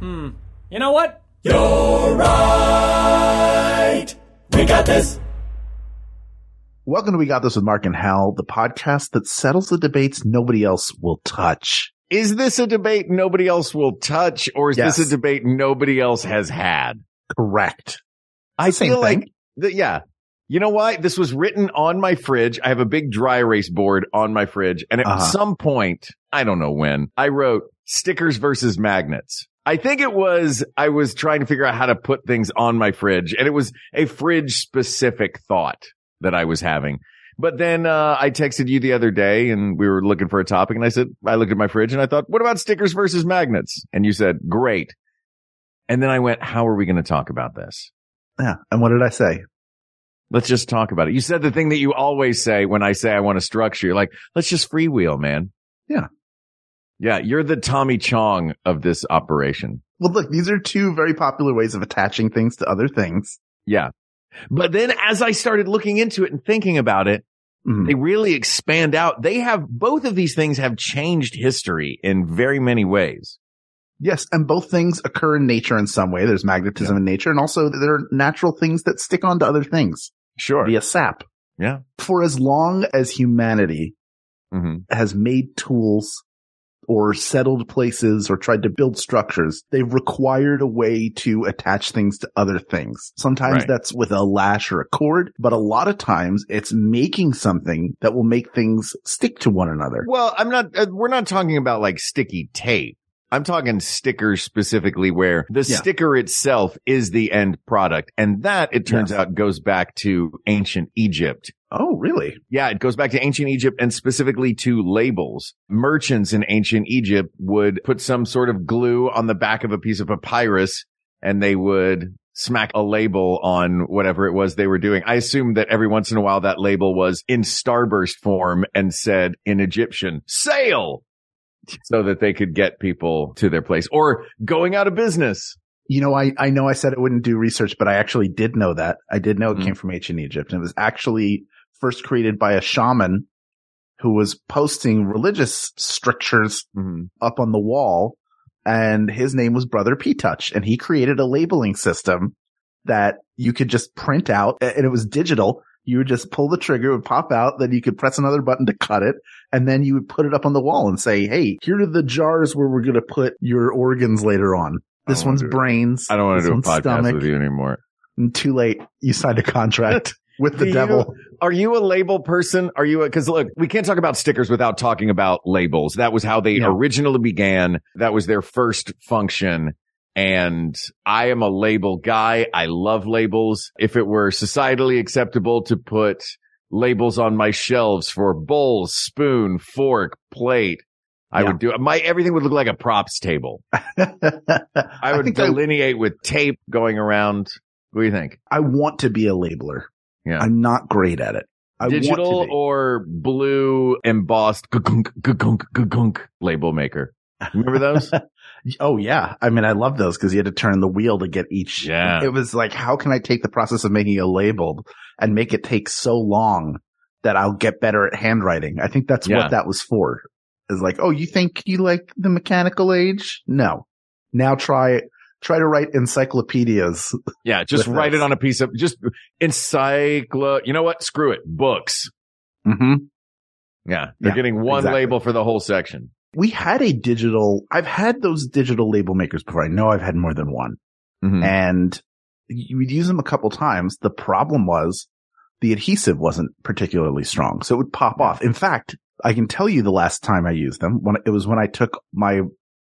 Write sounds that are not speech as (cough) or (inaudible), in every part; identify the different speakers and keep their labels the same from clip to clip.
Speaker 1: Hmm. You know what?
Speaker 2: You're right. We got this.
Speaker 3: Welcome to We Got This with Mark and Hal, the podcast that settles the debates nobody else will touch.
Speaker 4: Is this a debate nobody else will touch, or is
Speaker 3: Yes.
Speaker 4: this a debate nobody else has had?
Speaker 3: Correct.
Speaker 4: I
Speaker 3: Same
Speaker 4: feel
Speaker 3: thing.
Speaker 4: like, th- yeah. You know why? This was written on my fridge. I have a big dry erase board on my fridge. And at
Speaker 3: Uh-huh.
Speaker 4: some point, I don't know when, I wrote stickers versus magnets. I think it was, I was trying to figure out how to put things on my fridge and it was a fridge specific thought that I was having. But then, uh, I texted you the other day and we were looking for a topic and I said, I looked at my fridge and I thought, what about stickers versus magnets? And you said, great. And then I went, how are we going to talk about this?
Speaker 3: Yeah. And what did I say?
Speaker 4: Let's just talk about it. You said the thing that you always say when I say I want to structure. You're like, let's just freewheel, man.
Speaker 3: Yeah.
Speaker 4: Yeah. You're the Tommy Chong of this operation.
Speaker 3: Well, look, these are two very popular ways of attaching things to other things.
Speaker 4: Yeah. But then as I started looking into it and thinking about it,
Speaker 3: Mhm.
Speaker 4: they really expand out. They have both of these things have changed history in very many ways.
Speaker 3: Yes. And both things occur in nature in some way. There's magnetism in nature. And also there are natural things that stick onto other things
Speaker 4: Sure.
Speaker 3: via sap.
Speaker 4: Yeah.
Speaker 3: For as long as humanity
Speaker 4: hmm
Speaker 3: has made tools or settled places or tried to build structures, they've required a way to attach things to other things. Sometimes
Speaker 4: Right.
Speaker 3: that's with a lash or a cord, but a lot of times it's making something that will make things stick to one another.
Speaker 4: Well, I'm not, uh, we're not talking about like sticky tape. I'm talking stickers specifically where the
Speaker 3: Yeah.
Speaker 4: sticker itself is the end product. And that, it turns
Speaker 3: Yes.
Speaker 4: out, goes back to ancient Egypt.
Speaker 3: Oh, really?
Speaker 4: Yeah, it goes back to ancient Egypt and specifically to labels. Merchants in ancient Egypt would put some sort of glue on the back of a piece of papyrus and they would smack a label on whatever it was they were doing. I assume that every once in a while that label was in starburst form and said in Egyptian, sale, so that they could get people to their place or going out of business.
Speaker 3: You know, I, I know I said I wouldn't do research, but I actually did know that. I did know it
Speaker 4: Mhm.
Speaker 3: came from ancient Egypt and it was actually first created by a shaman who was posting religious strictures
Speaker 4: Mm-hmm.
Speaker 3: up on the wall and his name was brother p touch and he created a labeling system that you could just print out a- and it was digital you would just pull the trigger it would pop out then you could press another button to cut it and then you would put it up on the wall and say hey here are the jars where we're going to put your organs later on
Speaker 4: I
Speaker 3: this
Speaker 4: don't wanna
Speaker 3: one's
Speaker 4: do it.
Speaker 3: brains
Speaker 4: I don't want
Speaker 3: this
Speaker 4: to do a
Speaker 3: one's
Speaker 4: podcast
Speaker 3: stomach.
Speaker 4: with you anymore.
Speaker 3: And too late you signed a
Speaker 4: (laughs)
Speaker 3: contract with the
Speaker 4: Do you-
Speaker 3: devil (laughs)
Speaker 4: Are you a label person? Are you a, cause look, we can't talk about stickers without talking about labels. That was how they
Speaker 3: No.
Speaker 4: originally began. That was their first function. And I am a label guy. I love labels. If it were societally acceptable to put labels on my shelves for bowls, spoon, fork, plate, I
Speaker 3: Yeah.
Speaker 4: would do it. My everything would look like a props table. I would
Speaker 3: think I-
Speaker 4: delineate with tape going around. What do you think?
Speaker 3: I want to be a labeler
Speaker 4: Yeah.
Speaker 3: i'm not great at it I want to
Speaker 4: digital
Speaker 3: be.
Speaker 4: or blue embossed gunk gunk gunk label maker.
Speaker 3: (laughs)
Speaker 4: Remember those?
Speaker 3: Oh yeah. I mean, I love those because you had to turn the wheel to get each.
Speaker 4: Yeah.
Speaker 3: It was like, how can I take the process of making a label and make it take so long that I'll get better at handwriting? I think that's
Speaker 4: Yeah.
Speaker 3: what that was for is like, oh, you think you like the mechanical age? No. Now try, try to write encyclopedias.
Speaker 4: yeah, just
Speaker 3: With
Speaker 4: write
Speaker 3: this.
Speaker 4: it on a piece of just encyclo. You know what? Screw it. Books.
Speaker 3: Mm-hmm.
Speaker 4: Yeah, they're
Speaker 3: Yeah,
Speaker 4: getting one
Speaker 3: exactly.
Speaker 4: label for the whole section.
Speaker 3: We had a digital, I've had those digital label makers before. I know I've had more than one. Mm-hmm.
Speaker 4: Mm-hmm.
Speaker 3: and you would use them a couple times. The problem was the adhesive wasn't particularly strong, so it would pop off. In fact, I can tell you the last time I used them when it was when I took my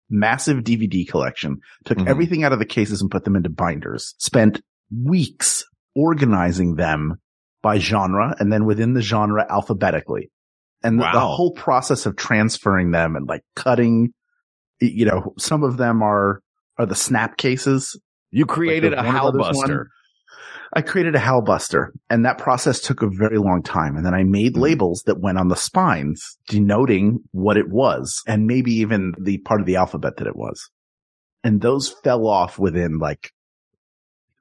Speaker 3: massive DVD collection, took
Speaker 4: Mhm.
Speaker 3: everything out of the cases and put them into binders, spent weeks organizing them by genre and then within the genre alphabetically. And the- the
Speaker 4: Wow.
Speaker 3: whole process of transferring them and like cutting, y- you know, some of them are are the snap cases.
Speaker 4: You created
Speaker 3: Like
Speaker 4: a
Speaker 3: the Warner Brothers one?
Speaker 4: Howlbuster.
Speaker 3: I created a Halbuster and that process took a very long time. And then I made
Speaker 4: Hmm.
Speaker 3: labels that went on the spines denoting what it was and maybe even the part of the alphabet that it was. And those fell off within like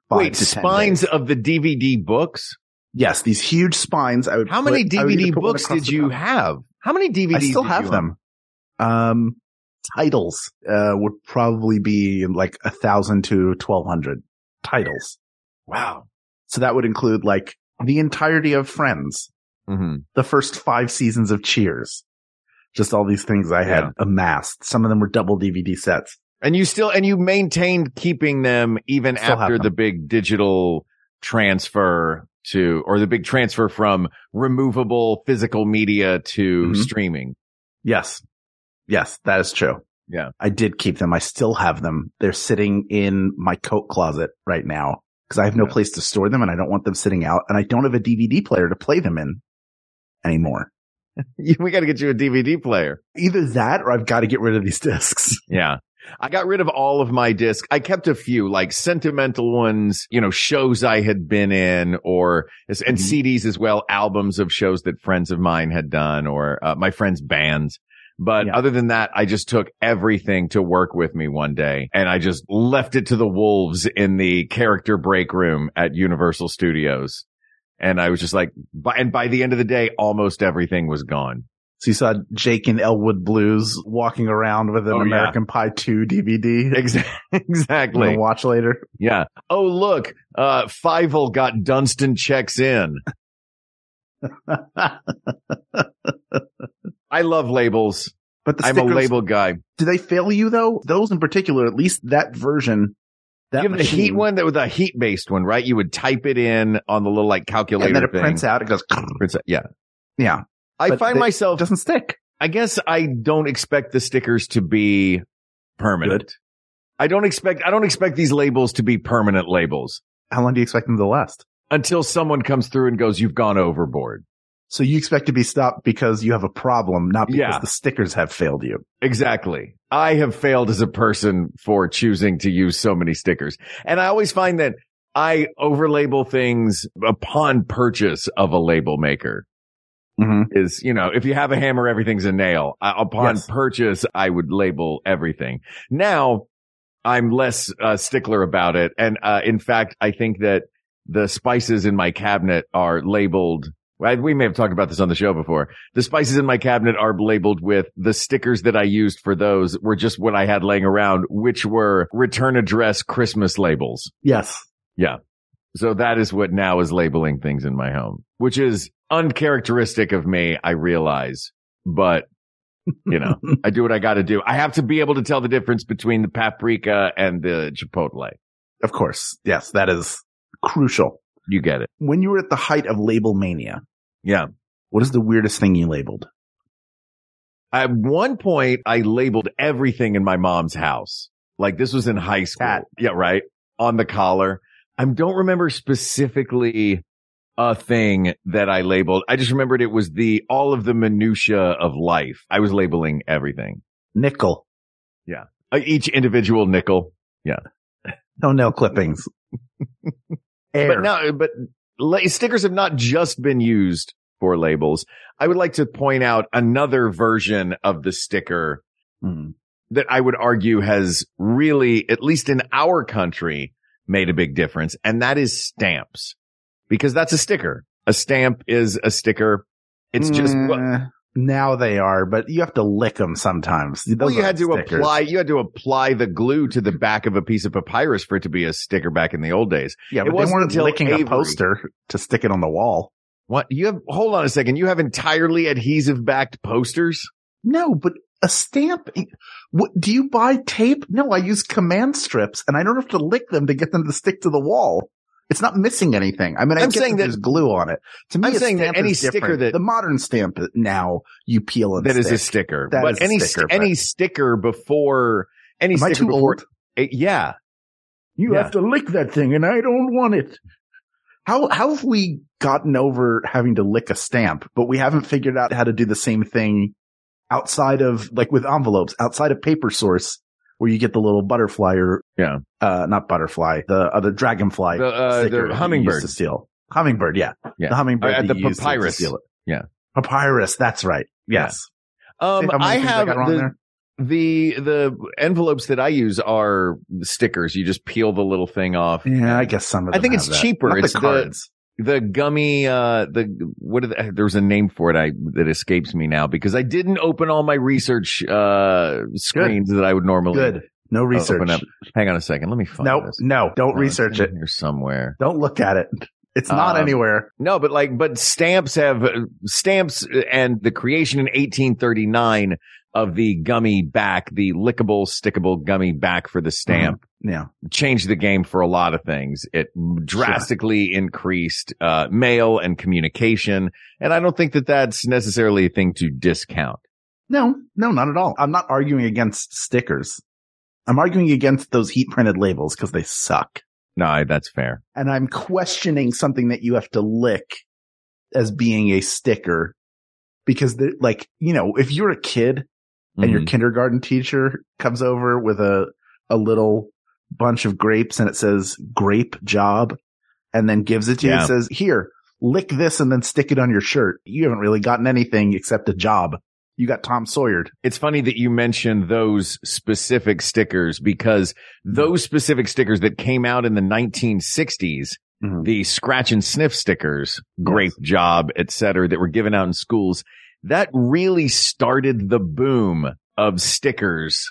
Speaker 3: five
Speaker 4: Wait,
Speaker 3: to 10
Speaker 4: spines
Speaker 3: days.
Speaker 4: of the DVD books?
Speaker 3: Yes. These huge spines. I would,
Speaker 4: How
Speaker 3: put-
Speaker 4: many
Speaker 3: I would either
Speaker 4: DVD
Speaker 3: put one
Speaker 4: books
Speaker 3: across
Speaker 4: did
Speaker 3: the
Speaker 4: you
Speaker 3: top.
Speaker 4: have? How many DVDs?
Speaker 3: I still
Speaker 4: did you
Speaker 3: have them. Um, titles, uh, would probably be like a thousand to twelve hundred titles.
Speaker 4: Wow.
Speaker 3: So that would include like the entirety of Friends,
Speaker 4: hmm
Speaker 3: the first five seasons of Cheers, just all these things I had
Speaker 4: Yeah.
Speaker 3: amassed. Some of them were double DVD sets.
Speaker 4: And you still and you maintained keeping them even
Speaker 3: Still have
Speaker 4: after
Speaker 3: them.
Speaker 4: the big digital transfer to or the big transfer from removable physical media to
Speaker 3: Mhm.
Speaker 4: streaming. (laughs)
Speaker 3: Yes. Yes, that is true.
Speaker 4: Yeah.
Speaker 3: I did keep them. I still have them. They're sitting in my coat closet right now because I have no
Speaker 4: Yeah.
Speaker 3: place to store them and I don't want them sitting out and I don't have a DVD player to play them in anymore.
Speaker 4: we got to get you a DVD player.
Speaker 3: Either that or I've got to get rid of these (laughs) discs.
Speaker 4: Yeah. I got rid of all of my discs. I kept a few like sentimental ones, you know, shows I had been in or, and CDs as well, albums of shows that friends of mine had done or uh, my friends' bands. But
Speaker 3: Yeah.
Speaker 4: other than that, I just took everything to work with me one day and I just left it to the wolves in the character break room at Universal Studios. And I was just like, by, and by the end of the day, almost everything was gone. (laughs)
Speaker 3: So you saw Jake in Elwood Blues walking around with an
Speaker 4: Oh, yeah.
Speaker 3: American Pie 2
Speaker 4: (laughs)
Speaker 3: DVD.
Speaker 4: Exa-
Speaker 3: I'm
Speaker 4: Exactly.
Speaker 3: gonna watch later.
Speaker 4: Yeah. Oh, look, uh, Fievel got Dunstan checks in.
Speaker 3: but
Speaker 4: I love labels.
Speaker 3: the
Speaker 4: I'm
Speaker 3: stickers,
Speaker 4: a label guy.
Speaker 3: Do they fail you though? Those in particular, at least that version. That
Speaker 4: you have the
Speaker 3: machine,
Speaker 4: heat one that was a heat based one, right? You would type it in on the little like calculator
Speaker 3: and then it
Speaker 4: thing.
Speaker 3: prints out. It goes. (laughs)
Speaker 4: Prints out, Yeah.
Speaker 3: Yeah,
Speaker 4: I
Speaker 3: But
Speaker 4: find
Speaker 3: they- it
Speaker 4: myself,
Speaker 3: doesn't stick.
Speaker 4: I guess I don't expect the stickers to be permanent. I don't expect, I don't expect these labels to be permanent labels
Speaker 3: How long do you expect them to last?
Speaker 4: until someone comes through and goes, you've gone overboard.
Speaker 3: So you expect to be stopped because you have a problem, not because
Speaker 4: Yeah.
Speaker 3: the stickers have failed you.
Speaker 4: Exactly. I have failed as a person for choosing to use so many stickers. And I always find that I overlabel things upon purchase of a label maker
Speaker 3: Mhm.
Speaker 4: is, you know, if you have a hammer, everything's a nail. Uh, upon
Speaker 3: Yes.
Speaker 4: purchase, I would label everything. Now I'm less uh, stickler about it. And uh, in fact, I think that the spices in my cabinet are labeled. well, We may have talked about this on the show before. The spices in my cabinet are labeled with the stickers that I used for those were just what I had laying around, which were return address Christmas labels.
Speaker 3: Yes.
Speaker 4: So that is what now is labeling things in my home, which is uncharacteristic of me. I realize, but you know, I do what I got to do. I have to be able to tell the difference between the paprika and the chipotle.
Speaker 3: (laughs) Of course. Yes, that is crucial.
Speaker 4: You get it.
Speaker 3: When you were at the height of label mania,
Speaker 4: Yeah.
Speaker 3: what is the weirdest thing you labeled?
Speaker 4: At one point, I labeled everything in my mom's house. Like this was in high school.
Speaker 3: Cat.
Speaker 4: Yeah, right. On the collar. I don't remember specifically a thing that I labeled. I just remembered it was the all of the minutia of life. I was labeling everything,
Speaker 3: Nickel.
Speaker 4: Uh, each individual nickel.
Speaker 3: No nail clippings. Air.
Speaker 4: (laughs) But no, but la- stickers have not just been used for labels. I would like to point out another version of the sticker
Speaker 3: Mm.
Speaker 4: that I would argue has really, at least in our country, made a big difference. And that is stamps because that's a sticker. A stamp is a sticker. It's just,
Speaker 3: Mm,
Speaker 4: well,
Speaker 3: now they are, but you have to lick them sometimes. Those
Speaker 4: well, you
Speaker 3: aren't
Speaker 4: had to
Speaker 3: stickers.
Speaker 4: apply, you had to apply the glue to the back of a piece of papyrus for it to be a sticker back in the old days.
Speaker 3: Yeah,
Speaker 4: It
Speaker 3: but they
Speaker 4: wasn't
Speaker 3: weren't
Speaker 4: until
Speaker 3: licking
Speaker 4: Avery.
Speaker 3: a poster to stick it on the wall.
Speaker 4: What you have, hold on a second. You have entirely adhesive backed posters.
Speaker 3: No, but a stamp. eh, What, do you buy tape? No, I use command strips, and I don't have to lick them to get them to stick to the wall. It's not missing anything. I mean, I
Speaker 4: I'm
Speaker 3: get
Speaker 4: saying
Speaker 3: that
Speaker 4: that-
Speaker 3: there's glue on it. To me,
Speaker 4: I'm
Speaker 3: a
Speaker 4: saying that
Speaker 3: stamp
Speaker 4: any
Speaker 3: is different.
Speaker 4: sticker that-
Speaker 3: the modern stamp uh, now you peel and
Speaker 4: That is
Speaker 3: stick.
Speaker 4: a sticker,
Speaker 3: That
Speaker 4: but
Speaker 3: is a
Speaker 4: any,
Speaker 3: sticker,
Speaker 4: st- any sticker before any
Speaker 3: Am I
Speaker 4: sticker
Speaker 3: too
Speaker 4: before,
Speaker 3: old?
Speaker 4: eh, yeah.
Speaker 3: You
Speaker 4: Yeah.
Speaker 3: have to lick that thing, and I don't want it. How how have we gotten over having to lick a stamp, but we haven't figured out how to do the same thing outside of like with envelopes, outside of paper source? where you get the little butterfly or
Speaker 4: Yeah.
Speaker 3: uh, not butterfly, the other dragonfly,
Speaker 4: The, uh,
Speaker 3: sticker
Speaker 4: the
Speaker 3: that you
Speaker 4: hummingbird.
Speaker 3: used to steal hummingbd. Yeah,
Speaker 4: Yeah.
Speaker 3: the hummingbird
Speaker 4: Uh,
Speaker 3: that
Speaker 4: the
Speaker 3: you used to-
Speaker 4: papyrus.
Speaker 3: To steal it.
Speaker 4: Yeah.
Speaker 3: papyrus. That's right.
Speaker 4: Yeah.
Speaker 3: Yes, See
Speaker 4: Um,
Speaker 3: how many
Speaker 4: I
Speaker 3: things
Speaker 4: have
Speaker 3: got wrong
Speaker 4: the,
Speaker 3: there?
Speaker 4: the the envelopes that I use are stickers. You just peel the little thing off.
Speaker 3: Yeah, I guess some of
Speaker 4: I
Speaker 3: them
Speaker 4: think
Speaker 3: have
Speaker 4: it's
Speaker 3: that.
Speaker 4: cheaper.
Speaker 3: Not
Speaker 4: It's the-
Speaker 3: the cards.
Speaker 4: the gummy uh the what are the, there's a name for it I that escapes me now because I didn't open all my research uh screens that I would normally
Speaker 3: Good. No research.
Speaker 4: open up. Hang on a second, let me find
Speaker 3: No,
Speaker 4: this.
Speaker 3: no, don't
Speaker 4: Uh, it's
Speaker 3: research
Speaker 4: in
Speaker 3: it.
Speaker 4: here somewhere.
Speaker 3: Don't look at it. (laughs) It's not
Speaker 4: Um,
Speaker 3: anywhere.
Speaker 4: No, but like but stamps have stamps and the creation in 1839 of the gummy back, the lickable stickable gummy back for the stamp
Speaker 3: Mm-hmm. Yeah.
Speaker 4: changed the game for a lot of things. It drastically increased uh, mail and communication, and I don't think that that's necessarily a thing to discount.
Speaker 3: No, no, not at all. I'm not arguing against stickers. I'm arguing against those heat printed labels because they suck.
Speaker 4: No, I- that's fair.
Speaker 3: And I'm questioning something that you have to lick as being a sticker because they're like, you know, if you're a kid and your
Speaker 4: Mhm.
Speaker 3: kindergarten teacher comes over with a, a little bunch of grapes and it says grape job and then gives it to you
Speaker 4: Yeah.
Speaker 3: and says, here, lick this and then stick it on your shirt. You haven't really gotten anything except a job. You got Tom Sawyered.
Speaker 4: It's funny that you mentioned those specific stickers because those specific stickers that came out in the 1960s,
Speaker 3: Mhm.
Speaker 4: the scratch and sniff stickers, grape job, et cetera, that were given out in schools, that really started the boom of stickers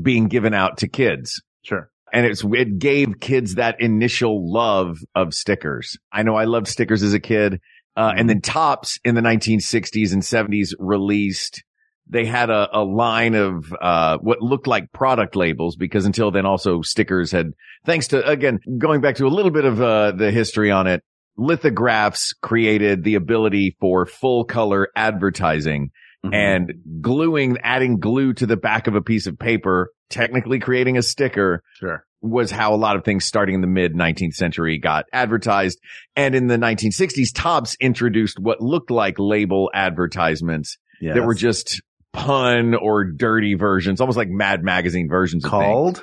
Speaker 4: being given out to kids.
Speaker 3: Sure.
Speaker 4: and it's it gave kids that initial love of stickers. I know I loved stickers as a kid. Uh, and then Tops in the 1960s and 70s released, they had a, a line of, uh, what looked like product labels because until then also stickers had, thanks to, again, going back to a little bit of, uh, the history on it, lithographs created the ability for full color advertising
Speaker 3: Mm-hmm.
Speaker 4: and gluing, adding glue to the back of a piece of paper, technically creating a sticker
Speaker 3: sure.
Speaker 4: was how a lot of things starting in the mid 19th century got advertised. And in the 1960s, Tops introduced what looked like label advertisements
Speaker 3: Yeah.
Speaker 4: that were just pun or dirty versions, almost like Mad Magazine versions. of things.
Speaker 3: called.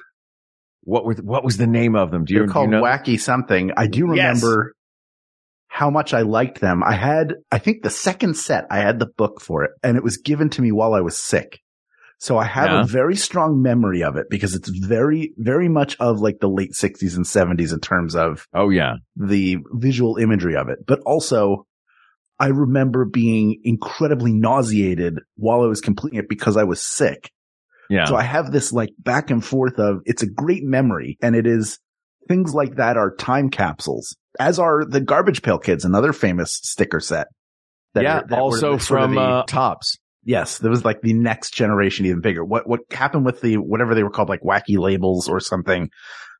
Speaker 4: What was, what was the name of them? Do you,
Speaker 3: They're
Speaker 4: do you
Speaker 3: called
Speaker 4: know?
Speaker 3: wacky something. I do
Speaker 4: Yes.
Speaker 3: remember how much I liked them. I had, I think the second set, I had the book for it and it was given to me while I was sick. So I have
Speaker 4: Yeah.
Speaker 3: a very strong memory of it because it's very, very much of like the late sixties and seventies in terms of
Speaker 4: Oh yeah.
Speaker 3: the visual imagery of it, but also I remember being incredibly nauseated while I was completing it because I was sick.
Speaker 4: Yeah.
Speaker 3: So I have this like back and forth of it's a great memory and it is things like that are time capsules, as are the Garbage Pail Kids, another famous sticker set. that
Speaker 4: yeah.
Speaker 3: are- that were
Speaker 4: also
Speaker 3: the- sort of
Speaker 4: from,
Speaker 3: the-
Speaker 4: uh, Tops.
Speaker 3: yes, there was like the next generation even bigger. What, what happened with the, whatever they were called, like wacky labels or something.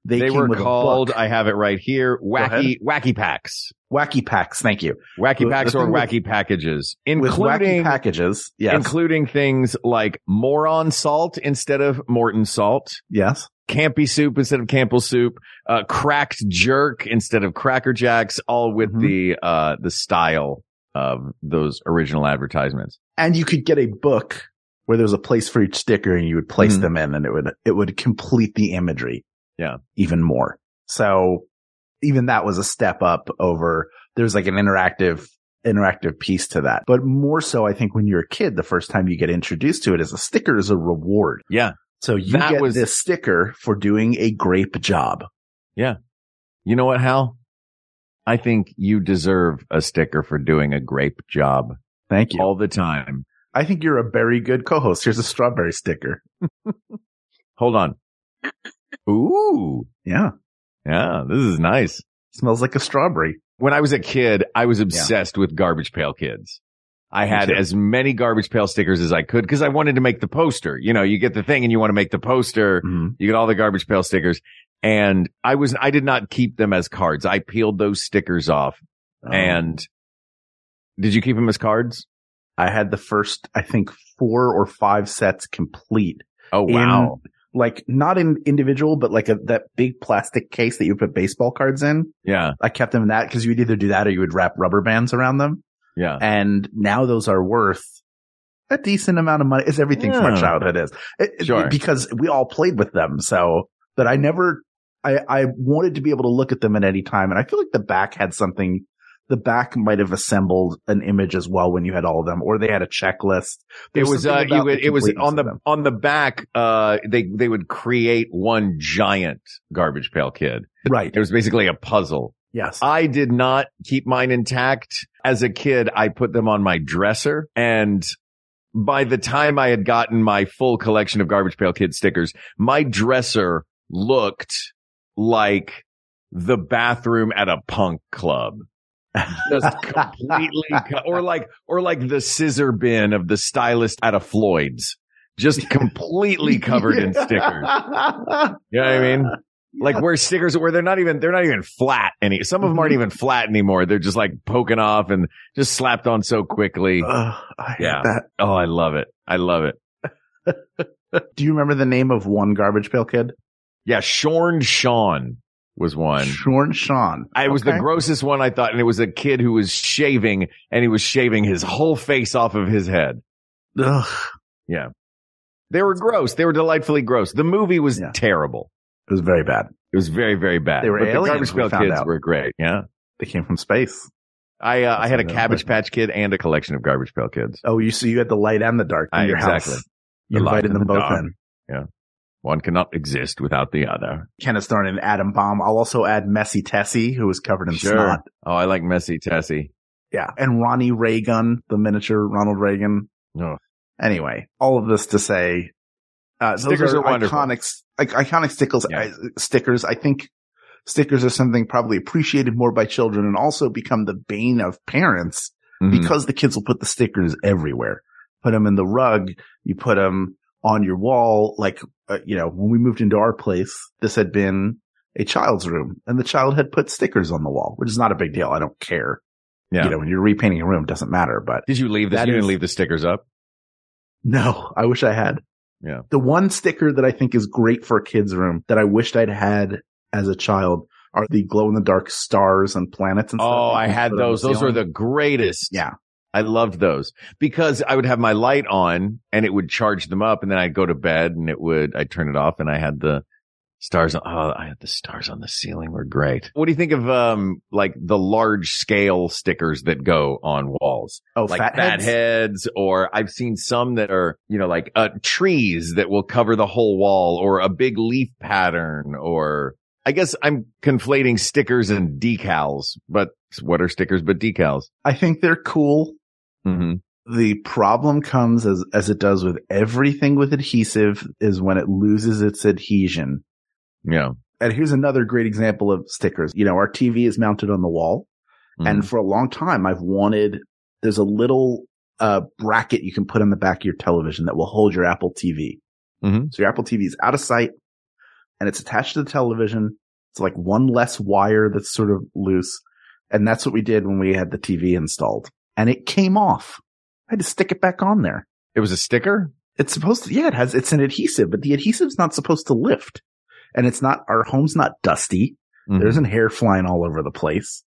Speaker 3: They,
Speaker 4: They
Speaker 3: came
Speaker 4: were
Speaker 3: with a
Speaker 4: called,
Speaker 3: book.
Speaker 4: I have it right here,
Speaker 3: ahead.
Speaker 4: wacky, wacky packs,
Speaker 3: wacky packs. Thank you. The-
Speaker 4: wacky
Speaker 3: the
Speaker 4: packs or
Speaker 3: thing with-
Speaker 4: wacky packages,
Speaker 3: With wacky
Speaker 4: including
Speaker 3: packages. Yes.
Speaker 4: including things like moron salt instead of Morton salt,
Speaker 3: yes.
Speaker 4: campy soup instead of Campbell soup, uh, cracked jerk instead of Cracker Jacks, all with
Speaker 3: Mhm.
Speaker 4: the uh, the style of those original advertisements.
Speaker 3: And you could get a book where there was a place for each sticker and you would place
Speaker 4: Mhm.
Speaker 3: them in and it would, it would complete the imagery.
Speaker 4: Yeah.
Speaker 3: Even more. So even that was a step up over there's like an interactive, interactive piece to that. But more so, I think when you're a kid, the first time you get introduced to it is a sticker is a reward.
Speaker 4: Yeah.
Speaker 3: So you
Speaker 4: That
Speaker 3: get
Speaker 4: was-
Speaker 3: this sticker for doing a grape job.
Speaker 4: You know what, Hal? I think you deserve a sticker for doing a grape job
Speaker 3: Thank you.
Speaker 4: all the time.
Speaker 3: I think you're a very good co-host. Here's a strawberry sticker.
Speaker 4: Hold on. (coughs) Ooh,
Speaker 3: Yeah.
Speaker 4: yeah, this is nice.
Speaker 3: Smells like a strawberry.
Speaker 4: when I was a kid, I was obsessed with garbage pail kids. I had
Speaker 3: too.
Speaker 4: as many garbage pail stickers as I could because I wanted to make the poster. You know, you get the thing and you want to make the
Speaker 3: Mm-hmm.
Speaker 4: poster. You get all the garbage pail stickers. And I was, I did not keep them as cards. I peeled those stickers off
Speaker 3: Um,
Speaker 4: and did you keep them as cards?
Speaker 3: I had the first, I think four or five sets complete.
Speaker 4: Oh,
Speaker 3: In-
Speaker 4: wow.
Speaker 3: Like not in individual, but like a, that big plastic case that you put baseball cards in.
Speaker 4: yeah.
Speaker 3: I kept them in that because you would either do that or you would wrap rubber bands around them.
Speaker 4: Yeah.
Speaker 3: And now those are worth, a decent amount of money. It's everything from our
Speaker 4: Yeah.
Speaker 3: childhood is It- it-
Speaker 4: Sure.
Speaker 3: because we all played with them. So, but I never, I, I wanted to be able to look at them at any time. And I feel like the back had something, the back might have assembled an image as well when you had all of them, or they had a checklist. There
Speaker 4: It was uh,
Speaker 3: something
Speaker 4: you
Speaker 3: about
Speaker 4: would,
Speaker 3: the
Speaker 4: it was
Speaker 3: completeness
Speaker 4: on the
Speaker 3: of them.
Speaker 4: on the back. Uh, they they would create one giant garbage pail kid.
Speaker 3: right.
Speaker 4: It was basically a puzzle.
Speaker 3: Yes.
Speaker 4: I did not keep mine intact as a kid. I put them on my dresser and. By the time I had gotten my full collection of Garbage Pail Kid stickers, my dresser looked like the bathroom at a punk club. (laughs) Just completely, co- or like, or like the scissor bin of the stylist at a Floyd's, just completely covered
Speaker 3: (laughs)
Speaker 4: in stickers. You know what I mean? Like where stickers where they're not even they're not even flat any. Some of them
Speaker 3: Mm-hmm.
Speaker 4: aren't even flat anymore. They're just like poking off and just slapped on so quickly.
Speaker 3: Ugh, I hate
Speaker 4: Yeah.
Speaker 3: that.
Speaker 4: Oh, I love it. I love it.
Speaker 3: Do you remember the name of one garbage pail kid?
Speaker 4: Yeah, Shorn Sean was one.
Speaker 3: Shorn Sean.
Speaker 4: I was the
Speaker 3: Okay.
Speaker 4: grossest one I thought, and it was a kid who was shaving and he was shaving his whole face off of his head.
Speaker 3: Ugh.
Speaker 4: They were gross. They were delightfully gross. The movie was
Speaker 3: Yeah.
Speaker 4: terrible.
Speaker 3: It was very bad.
Speaker 4: It was very, very bad.
Speaker 3: They were
Speaker 4: but
Speaker 3: aliens,
Speaker 4: the
Speaker 3: we
Speaker 4: garbage pail
Speaker 3: found
Speaker 4: kids
Speaker 3: out.
Speaker 4: were great. Yeah.
Speaker 3: They came from space.
Speaker 4: I uh, I had a
Speaker 3: That's
Speaker 4: cabbage patch kid and a collection of garbage pail kids.
Speaker 3: Oh, you so you had the light and the dark in
Speaker 4: I-
Speaker 3: your
Speaker 4: exactly.
Speaker 3: house. You
Speaker 4: The light
Speaker 3: invited
Speaker 4: and
Speaker 3: them
Speaker 4: the
Speaker 3: both
Speaker 4: dark.
Speaker 3: in.
Speaker 4: One cannot exist without the other.
Speaker 3: Kenneth Thorne and Adam Bomb. I'll also add Messy Tessie, who was covered in
Speaker 4: Sure.
Speaker 3: snot.
Speaker 4: Oh, I like messy Tessie.
Speaker 3: Yeah. And Ronnie Reagan, the miniature Ronald Reagan.
Speaker 4: Ugh.
Speaker 3: Anyway, all of this to say, uh, those
Speaker 4: Stickers
Speaker 3: are,
Speaker 4: are wonderful.
Speaker 3: iconic, I- iconic stickers,
Speaker 4: Yeah.
Speaker 3: I- stickers. I think stickers are something probably appreciated more by children and also become the bane of parents
Speaker 4: Mhm.
Speaker 3: because the kids will put the stickers everywhere. Put them in the rug. You put them on your wall. Like, uh, you know, when we moved into our place, this had been a child's room and the child had put stickers on the wall, which is not a big deal. I don't care.
Speaker 4: Yeah.
Speaker 3: You know, when you're repainting a room, it doesn't matter, but (laughs)
Speaker 4: Did you leave this?
Speaker 3: That
Speaker 4: You
Speaker 3: is-
Speaker 4: didn't leave the stickers up.
Speaker 3: no, I wish I had.
Speaker 4: Yeah.
Speaker 3: The one sticker that I think is great for a kid's room that I wished I'd had as a child are the glow in the dark stars and planets and stuff.
Speaker 4: Oh,
Speaker 3: that
Speaker 4: I
Speaker 3: you
Speaker 4: had
Speaker 3: put on the
Speaker 4: those. Those were
Speaker 3: ceiling.
Speaker 4: the greatest.
Speaker 3: Yeah.
Speaker 4: I loved those because I would have my light on and it would charge them up, and then I'd go to bed and it would. I'd turn it off, and I had the stars. On, oh, I had the stars on the ceiling were great. What do you think of um like the large scale stickers that go on walls?
Speaker 3: oh,
Speaker 4: like
Speaker 3: fat,
Speaker 4: fat,
Speaker 3: heads?
Speaker 4: heads. or I've seen some that are, you know, like uh, trees that will cover the whole wall or a big leaf pattern or I guess I'm conflating stickers and decals, but what are stickers but decals?
Speaker 3: I think they're cool.
Speaker 4: Mm-hmm.
Speaker 3: the problem comes as as it does with everything with adhesive is when it loses its adhesion.
Speaker 4: Yeah.
Speaker 3: And here's another great example of stickers. You know, our TV is mounted on the wall
Speaker 4: Mhm.
Speaker 3: and for a long time I've wanted there's a little uh bracket you can put on the back of your television that will hold your Apple TV.
Speaker 4: Mhm.
Speaker 3: So your Apple TV is out of sight and it's attached to the television. It's like one less wire that's sort of loose. And that's what we did when we had the TV installed and it came off. I had to stick it back on there.
Speaker 4: It was a sticker.
Speaker 3: It's supposed to, yeah, it has, it's an adhesive, but the adhesive's not supposed to lift. And it's not, our home's not dusty.
Speaker 4: Mhm.
Speaker 3: There isn't hair flying all over the place.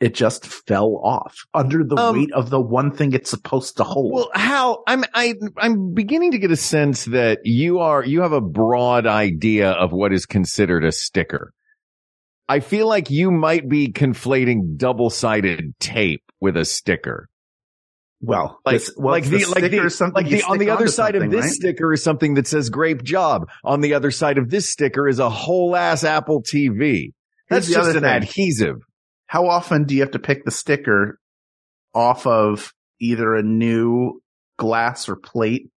Speaker 3: It just fell off under the
Speaker 4: Um,
Speaker 3: weight of the one thing it's supposed to hold.
Speaker 4: Well, Hal, I'm I I'm beginning to get a sense that you are you have a broad idea of what is considered a sticker. I feel like you might be conflating double-sided tape with a sticker.
Speaker 3: well,
Speaker 4: Like,
Speaker 3: this- well,
Speaker 4: like
Speaker 3: it's
Speaker 4: the, like
Speaker 3: sticker
Speaker 4: the,
Speaker 3: is something
Speaker 4: like
Speaker 3: you
Speaker 4: the, on
Speaker 3: stick
Speaker 4: the other
Speaker 3: onto
Speaker 4: side of
Speaker 3: something,
Speaker 4: this
Speaker 3: right?
Speaker 4: sticker is something that says "Grape Job." On the other side of this sticker is a whole ass Apple TV. That's
Speaker 3: the
Speaker 4: just
Speaker 3: other
Speaker 4: an
Speaker 3: thing.
Speaker 4: adhesive.
Speaker 3: how often do you have to pick the sticker off of either a new glass or plate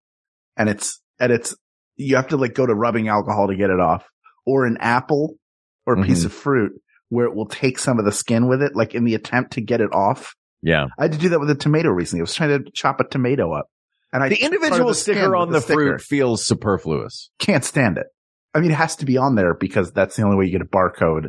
Speaker 3: and it's and it's you have to like go to rubbing alcohol to get it off or an apple or a
Speaker 4: Mm-hmm.
Speaker 3: piece of fruit where it will take some of the skin with it like in the attempt to get it off
Speaker 4: Yeah.
Speaker 3: i had to do that with a tomato recently i was trying to chop a tomato up and i
Speaker 4: The
Speaker 3: took part of
Speaker 4: individual
Speaker 3: the skin
Speaker 4: sticker
Speaker 3: with
Speaker 4: on the,
Speaker 3: sticker.
Speaker 4: fruit feels superfluous.
Speaker 3: can't stand it i mean it has to be on there because that's the only way you get a barcode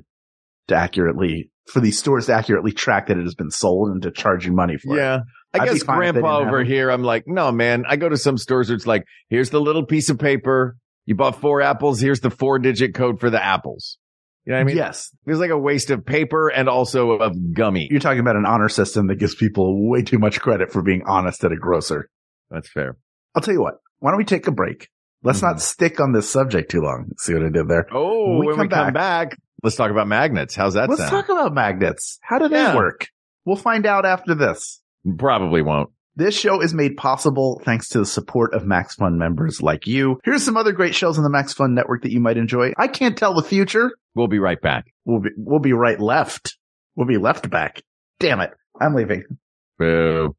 Speaker 3: to accurately for these stores to accurately track that it has been sold and to charge you money for it.
Speaker 4: Yeah. I
Speaker 3: I'd be
Speaker 4: guess
Speaker 3: fine if they
Speaker 4: grandpa
Speaker 3: didn't have
Speaker 4: over
Speaker 3: them.
Speaker 4: here, I'm like, no, man, I go to some stores where it's like, here's the little piece of paper. You bought four apples. Here's the four digit code for the apples. You know what I mean?
Speaker 3: yes,
Speaker 4: It was like a waste of paper and also of gummy.
Speaker 3: you're talking about an honor system that gives people way too much credit for being honest at a grocer.
Speaker 4: That's fair.
Speaker 3: I'll tell you what. Why don't we take a break? Let's
Speaker 4: Mm-hmm.
Speaker 3: not stick on this subject too long. See what I did there.
Speaker 4: Oh, when,
Speaker 3: When we
Speaker 4: we
Speaker 3: come
Speaker 4: come back, let's talk about magnets. How's that
Speaker 3: Let's
Speaker 4: sound?
Speaker 3: talk about magnets. How do they
Speaker 4: Yeah.
Speaker 3: work? We'll find out after this.
Speaker 4: Probably won't.
Speaker 3: This show is made possible thanks to the support of Max Fun members like you. Here's some other great shows on the Max Fun network that you might enjoy. I can't tell the future.
Speaker 4: We'll be right back.
Speaker 3: We'll be, we'll be right left. We'll be left back. Damn it. I'm leaving.
Speaker 4: Boo.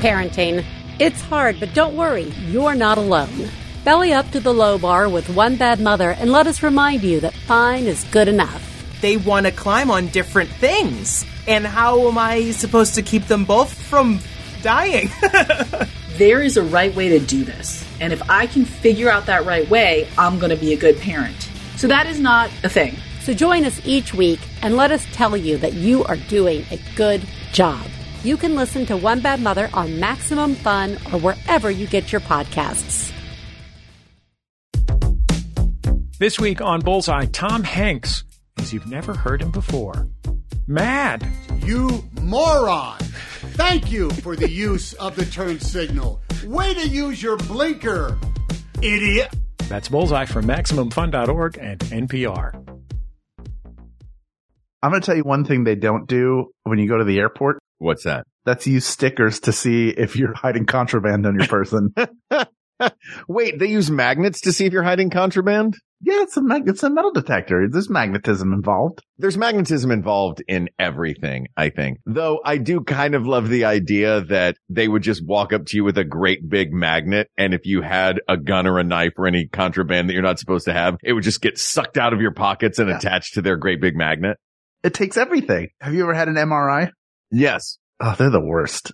Speaker 5: parenting. It's hard, but don't worry, you're not alone. Belly up to the low bar with one bad mother and let us remind you that fine is good enough.
Speaker 6: They want to climb on different things. And how am I supposed to keep them both from dying? (laughs)
Speaker 7: there is a right way to do this. And if I can figure out that right way, I'm going to be a good parent. So that is not a thing.
Speaker 5: So join us each week and let us tell you that you are doing a good job. You can listen to One Bad Mother on Maximum Fun or wherever you get your podcasts.
Speaker 1: This week on Bullseye, Tom Hanks, as you've never heard him before. Mad.
Speaker 8: You moron! Thank you for the use of the turn signal. Way to use your blinker, idiot!
Speaker 1: That's Bullseye from MaximumFun.org and NPR.
Speaker 3: I'm going to tell you one thing they don't do when you go to the airport.
Speaker 4: What's that?
Speaker 3: That's use stickers to see if you're hiding contraband on your (laughs) person.
Speaker 4: Wait, they use magnets to see if you're hiding contraband?
Speaker 3: yeah, it's a mag- it's a metal detector. There's magnetism involved.
Speaker 4: There's magnetism involved in everything, I think. Though I do kind of love the idea that they would just walk up to you with a great big magnet. And if you had a gun or a knife or any contraband that you're not supposed to have, it would just get sucked out of your pockets and
Speaker 3: Yeah.
Speaker 4: attached to their great big magnet.
Speaker 3: It takes everything. Have you ever had an MRI?
Speaker 4: Yes.
Speaker 3: Oh, they're the worst.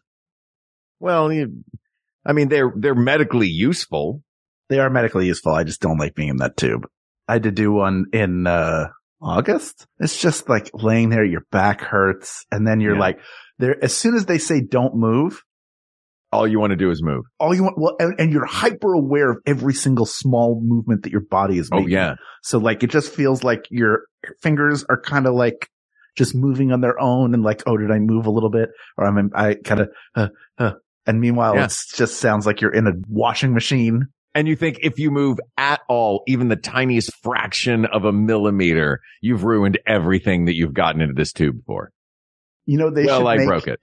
Speaker 4: Well, you, I mean, they're, they're medically useful.
Speaker 3: They are medically useful. I just don't like being in that tube. I had to do one in uh August. It's just like laying there, your back hurts, and then you're
Speaker 4: Yeah.
Speaker 3: like there as soon as they say don't move,
Speaker 4: All you want to do is move.
Speaker 3: all you want well and, and you're hyper aware of every single small movement that your body is making.
Speaker 4: Oh, yeah.
Speaker 3: So like it just feels like your fingers are kind of like just moving on their own and like, oh, did I move a little bit? Or I'm, I kind of, uh, uh. and meanwhile,
Speaker 4: Yeah.
Speaker 3: it's it just sounds like you're in a washing machine.
Speaker 4: And you think if you move at all, even the tiniest fraction of a millimeter, you've ruined everything that you've gotten into this tube for.
Speaker 3: You know, they
Speaker 4: well,
Speaker 3: should
Speaker 4: I
Speaker 3: make,
Speaker 4: broke it.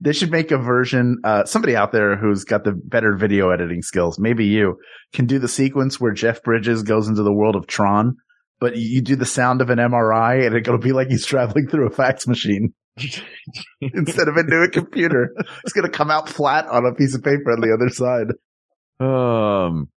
Speaker 3: They should make a version. Uh, somebody out there who's got the better video editing skills, maybe you can do the sequence where Jeff Bridges goes into the world of Tron, but you do the sound of an MRI and it'll be like he's traveling through a fax
Speaker 4: (laughs)
Speaker 3: machine. Instead of into a computer, it's going to come out flat on a piece of paper on the other side.
Speaker 4: Um,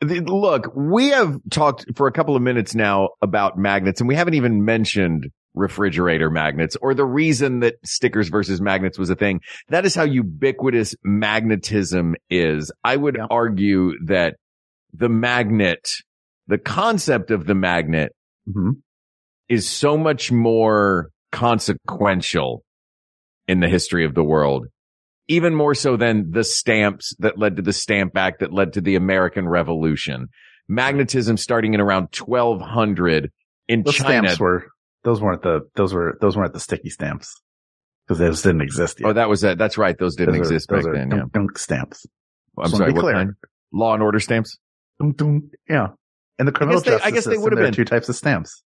Speaker 4: the, look, we have talked for a couple of minutes now about magnets, and we haven't even mentioned refrigerator magnets or the reason that stickers versus magnets was a thing. That is how ubiquitous magnetism is. I would argue that the magnet, the concept of the magnet
Speaker 3: Mhm.
Speaker 4: is so much more consequential in the history of the world even more so than the stamps that led to the Stamp Act that led to the American Revolution. Magnetism starting in around 1200 in
Speaker 3: Those
Speaker 4: China.
Speaker 3: stamps were those weren't the those were those weren't the sticky stamps because those didn't exist yet.
Speaker 4: Oh, that was it. That's right. Those didn't
Speaker 3: Those are-
Speaker 4: exist
Speaker 3: those
Speaker 4: back
Speaker 3: are
Speaker 4: then.
Speaker 3: Dunk,
Speaker 4: Yeah.
Speaker 3: dunk stamps.
Speaker 4: I'm
Speaker 3: Just wanna
Speaker 4: sorry.
Speaker 3: be
Speaker 4: What
Speaker 3: clear.
Speaker 4: kind? Law and order stamps.
Speaker 3: Dunk, dunk. Yeah, and the criminal
Speaker 4: they- I
Speaker 3: justice
Speaker 4: guess they
Speaker 3: system,
Speaker 4: would've
Speaker 3: there are
Speaker 4: been.
Speaker 3: two types of stamps.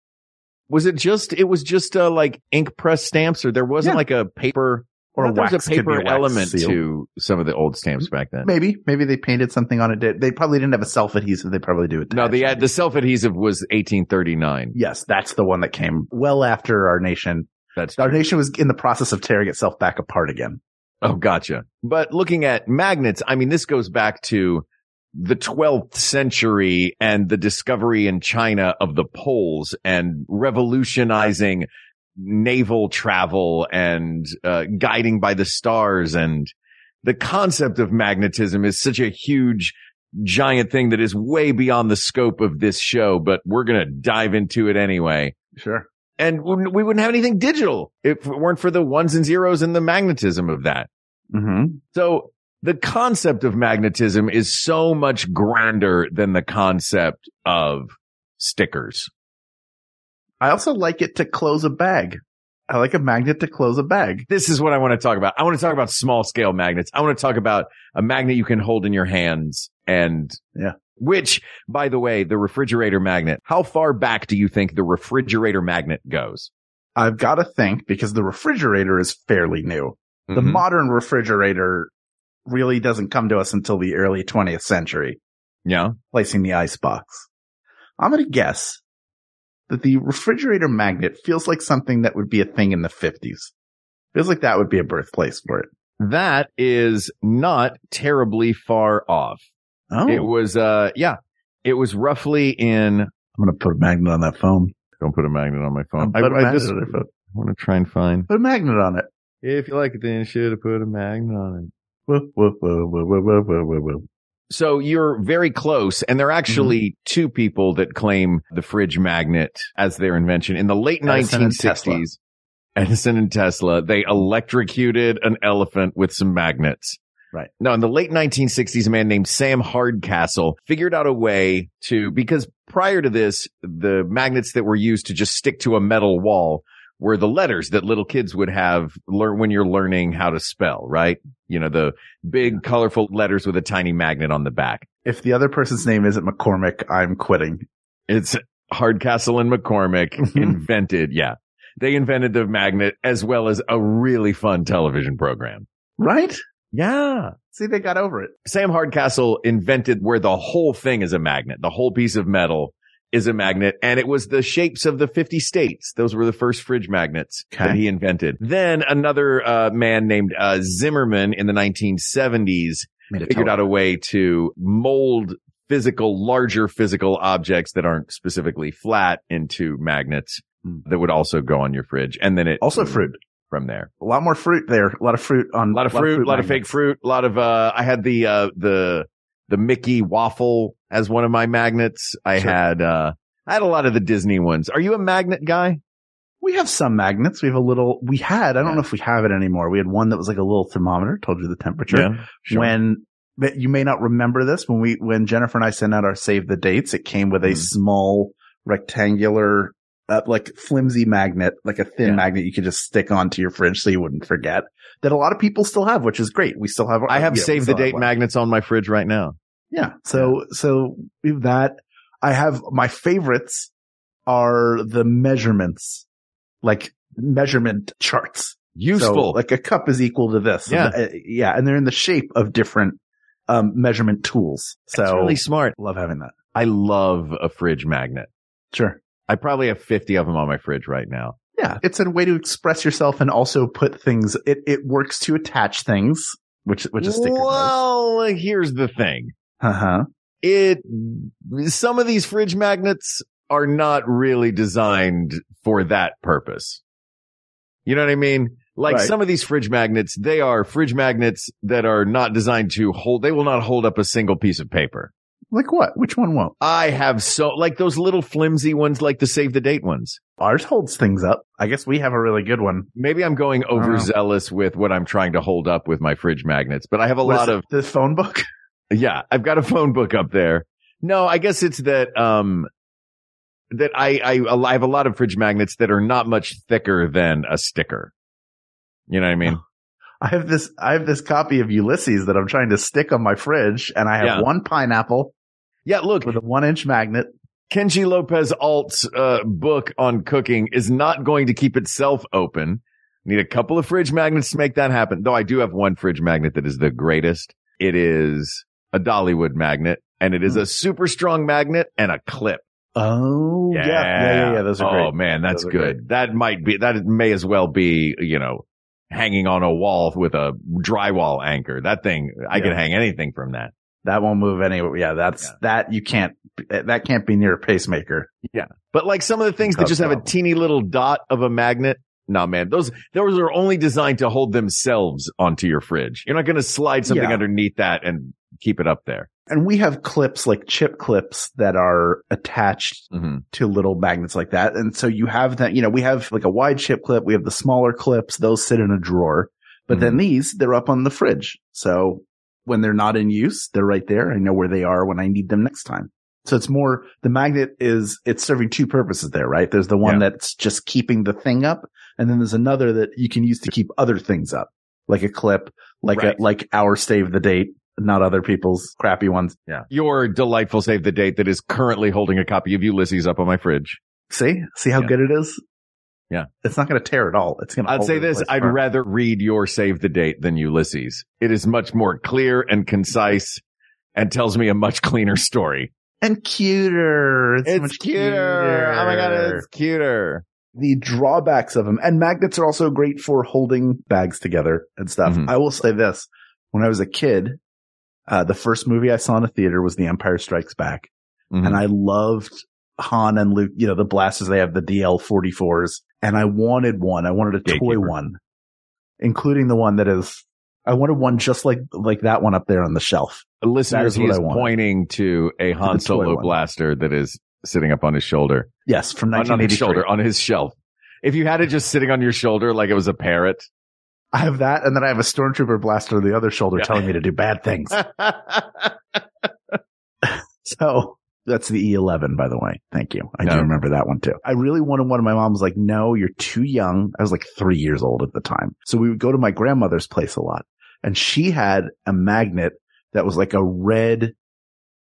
Speaker 4: Was it just? It was just uh, like ink press stamps, or there wasn't
Speaker 3: Yeah.
Speaker 4: like a paper
Speaker 3: Or
Speaker 4: I thought there was
Speaker 3: wax
Speaker 4: a Mm-hmm.
Speaker 3: could be
Speaker 4: paper
Speaker 3: wax
Speaker 4: element
Speaker 3: seal.
Speaker 4: to some of the old stamps back then.
Speaker 3: Maybe maybe they painted something on it. Did- They probably didn't have a self adhesive. They probably do it.
Speaker 4: No, the the self adhesive was 1839.
Speaker 3: yes, that's the one that came well after our nation.
Speaker 4: That's
Speaker 3: Our nation was in the process of tearing itself back apart again.
Speaker 4: Oh, gotcha. But looking at magnets, I mean, this goes back to the 12th century and the discovery in China of the poles and revolutionizing naval travel and uh, guiding by the stars. And the concept of magnetism is such a huge, giant thing that is way beyond the scope of this show, but we're going to dive into it anyway.
Speaker 3: Sure.
Speaker 4: And we wouldn't- we wouldn't have anything digital if it weren't for the ones and zeros and the magnetism of that.
Speaker 3: hmm
Speaker 4: So the concept of magnetism is so much grander than the concept of stickers.
Speaker 3: I also like it to close a bag. I like a magnet to close a bag.
Speaker 4: This is what I want to talk about. I want to talk about small scale magnets. I want to talk about a magnet you can hold in your hands and
Speaker 3: Yeah.
Speaker 4: Which, by the way, the refrigerator magnet. How far back do you think the refrigerator magnet goes?
Speaker 3: I've got to think because the refrigerator is fairly new. The
Speaker 4: Mhm.
Speaker 3: modern refrigerator really doesn't come to us until the early 20th century,
Speaker 4: yeah.
Speaker 3: placing the icebox. I'm going to guess that the refrigerator magnet feels like something that would be a thing in the 50s. Feels like that would be a birthplace for it.
Speaker 4: That is not terribly far off.
Speaker 3: Oh,
Speaker 4: It was, uh, yeah, it was roughly in.
Speaker 3: I'm going to put a magnet on that phone.
Speaker 4: Don't put a magnet on my phone.
Speaker 3: Put a magnet
Speaker 4: just
Speaker 3: on it. Put-
Speaker 4: want to try and find.
Speaker 3: Put a magnet on it.
Speaker 4: If you like it, then you should have put a magnet on it.
Speaker 3: Woo, woo, woo, woo, woo, woo, woo, woo, woo.
Speaker 4: So you're very close. And there are actually two people that claim the fridge magnet as their invention. In the late
Speaker 3: Edison and
Speaker 4: 1960s, Edison and Tesla, they electrocuted an elephant with some magnets.
Speaker 3: Right.
Speaker 4: No, in the late 1960s, a man named Sam Hardcastle figured out a way to, because prior to this, the magnets that were used to just stick to a metal wall were the letters that little kids would have learn when you're learning how to spell, right? You know, the big colorful letters with a tiny magnet on the back.
Speaker 3: If the other person's name isn't McCormick, I'm quitting.
Speaker 4: It's Hardcastle and McCormick
Speaker 3: Mhm.
Speaker 4: invented. Yeah. They invented the magnet as well as a really fun television program.
Speaker 3: Right?
Speaker 4: Yeah.
Speaker 3: See, they got over it.
Speaker 4: Sam Hardcastle invented where the whole thing is a magnet. The whole piece of metal is a magnet. And it was the shapes of the 50 states. Those were the first fridge magnets that
Speaker 3: Okay.
Speaker 4: he invented. Then another uh, man named uh, Zimmerman in the 1970s
Speaker 3: Made a
Speaker 4: figured
Speaker 3: tele-
Speaker 4: out a way to mold physical, larger physical objects that aren't specifically flat into magnets
Speaker 3: Hmm.
Speaker 4: that would also go on your fridge. And then it
Speaker 3: Also
Speaker 4: grew
Speaker 3: fruit.
Speaker 4: from there.
Speaker 3: a lot more fruit there. A lot of fruit on
Speaker 4: A lot of fruit, a lot of fake
Speaker 3: magnets.
Speaker 4: fruit, a lot of, uh, I had the, uh, the, the Mickey waffle as one of my magnets. I
Speaker 3: Sure.
Speaker 4: had, uh, I had a lot of the Disney ones. Are you a magnet guy?
Speaker 3: We have some magnets. We have a little. We had. I don't
Speaker 4: Yeah.
Speaker 3: know if we have it anymore. We had one that was like a little thermometer, told you the temperature.
Speaker 4: sure.
Speaker 3: When but you may not remember this, when we when Jennifer and I sent out our save the dates, it came with a
Speaker 4: Mhm.
Speaker 3: small rectangular, uh, like flimsy magnet, like a thin
Speaker 4: Yeah.
Speaker 3: magnet you could just stick onto your fridge so you wouldn't forget. That a lot of people still have, which is great. We still have.
Speaker 4: I have
Speaker 3: you know, we
Speaker 4: save the
Speaker 3: still have
Speaker 4: date
Speaker 3: one.
Speaker 4: magnets on my fridge right now.
Speaker 3: Yeah. So, so we have that. I have my favorites are the measurements, like measurement charts. So,
Speaker 4: Useful.
Speaker 3: like a cup is equal to this.
Speaker 4: Yeah.
Speaker 3: And, uh, yeah. And they're in the shape of different, um, measurement tools. So
Speaker 4: That's really smart.
Speaker 3: love having that.
Speaker 4: I love a fridge magnet.
Speaker 3: Sure.
Speaker 4: I probably have 50 of them on my fridge right now.
Speaker 3: Yeah. It's a way to express yourself and also put things, it, it works to attach things, which, which a sticker does.
Speaker 4: well, here's the thing.
Speaker 3: Uh huh.
Speaker 4: It, some of these fridge magnets are not really designed for that purpose. You know what I mean? Like
Speaker 3: Right.
Speaker 4: some of these fridge magnets, they are fridge magnets that are not designed to hold, they will not hold up a single piece of paper.
Speaker 3: Like what? Which one won't?
Speaker 4: I have so, like those little flimsy ones, like the save the date ones.
Speaker 3: Ours holds things up. I guess we have a really good one.
Speaker 4: Maybe I'm going
Speaker 3: know.
Speaker 4: overzealous with what I'm trying to hold up with my fridge magnets, but I have a
Speaker 3: What is
Speaker 4: lot
Speaker 3: it?
Speaker 4: of
Speaker 3: the phone book.
Speaker 4: Yeah, I've got a phone book up there. No, I guess it's that um that I I, I have a lot of fridge magnets that are not much thicker than a sticker. You know what I mean?
Speaker 3: I have this I have this copy of Ulysses that I'm trying to stick on my fridge and I have
Speaker 4: Yeah.
Speaker 3: one pineapple
Speaker 4: Yeah, look,
Speaker 3: with a one inch magnet.
Speaker 4: Kenji Lopez Alt's uh, book on cooking is not going to keep itself open. Need a couple of fridge magnets to make that happen. Though I do have one fridge magnet that is the greatest. It is a Dollywood magnet and it is a super strong magnet and a clip.
Speaker 3: Oh yeah. Yeah, yeah, yeah. Those are
Speaker 4: oh,
Speaker 3: great.
Speaker 4: man, that's
Speaker 3: Those are
Speaker 4: good. That might be, that may as well be, you know, hanging on a wall with a drywall anchor. That thing, I can
Speaker 3: Yeah.
Speaker 4: hang anything from that.
Speaker 3: That won't move anywhere. Yeah, that's
Speaker 4: Yeah.
Speaker 3: that you can't that can't be near a pacemaker.
Speaker 4: But like some of the things that
Speaker 3: Tough
Speaker 4: just have a
Speaker 3: problem.
Speaker 4: teeny little dot of a magnet. Nah, man, those, those are only designed to hold themselves onto your fridge. You're not going to slide something
Speaker 3: Yeah.
Speaker 4: underneath that and keep it up there.
Speaker 3: And we have clips like chip clips that are attached
Speaker 4: Mm-hmm.
Speaker 3: to little magnets like that. And so you have that, you know, we have like a wide chip clip, we have the smaller clips, those sit in a drawer. But then these, they're up on the fridge. So when they're not in use, they're right there. I know where they are when I need them next time. So it's more the magnet is it's serving two purposes there, right? There's the one that's just keeping the thing up, and then there's another that you can use to keep other things up, like a clip, like
Speaker 4: Right.
Speaker 3: a like our save the date, not other people's crappy ones.
Speaker 4: Your delightful save the date that is currently holding a copy of Ulysses up on my fridge.
Speaker 3: See, see how
Speaker 4: Yeah.
Speaker 3: good it is.
Speaker 4: Yeah.
Speaker 3: it's not going to tear at all. It's going to.
Speaker 4: I'd say this. I'd rather read your save the date than Ulysses. It is much more clear and concise and tells me a much cleaner story.
Speaker 3: and cuter. It's, so much
Speaker 4: Oh cuter.
Speaker 3: the drawbacks of them. And magnets are also great for holding bags together and stuff.
Speaker 4: Mhm.
Speaker 3: I will say this. When I was a kid, uh, the first movie I saw in a theater was The Empire Strikes Back.
Speaker 4: Mhm.
Speaker 3: And I loved Han and Luke, you know, the blasters. They have the DL 44s. And I wanted one. I wanted a toy
Speaker 4: Gatekeeper.
Speaker 3: one, including the one that is, I wanted one just like, like that one up there on the shelf.
Speaker 4: Listeners,
Speaker 3: That is
Speaker 4: he
Speaker 3: what
Speaker 4: is
Speaker 3: I want.
Speaker 4: pointing to a Han
Speaker 3: toy
Speaker 4: Solo
Speaker 3: one.
Speaker 4: blaster that is sitting up on his shoulder.
Speaker 3: Yes. From
Speaker 4: On, on his
Speaker 3: 1983.
Speaker 4: shoulder, on his shelf. If you had it just sitting on your shoulder like it was a
Speaker 3: (laughs)
Speaker 4: parrot.
Speaker 3: I have that. And then I have a stormtrooper blaster on the other shoulder
Speaker 4: Yeah.
Speaker 3: telling me to do bad
Speaker 4: (laughs)
Speaker 3: things.
Speaker 4: Mm-hmm.
Speaker 3: So that's the E11, by the way. Thank you. I do
Speaker 4: Yeah.
Speaker 3: remember that one too. I really wanted one. and My mom was like, no, you're too young. I was like three years old at the time. So we would go to my grandmother's place a lot and she had a magnet that was like a red.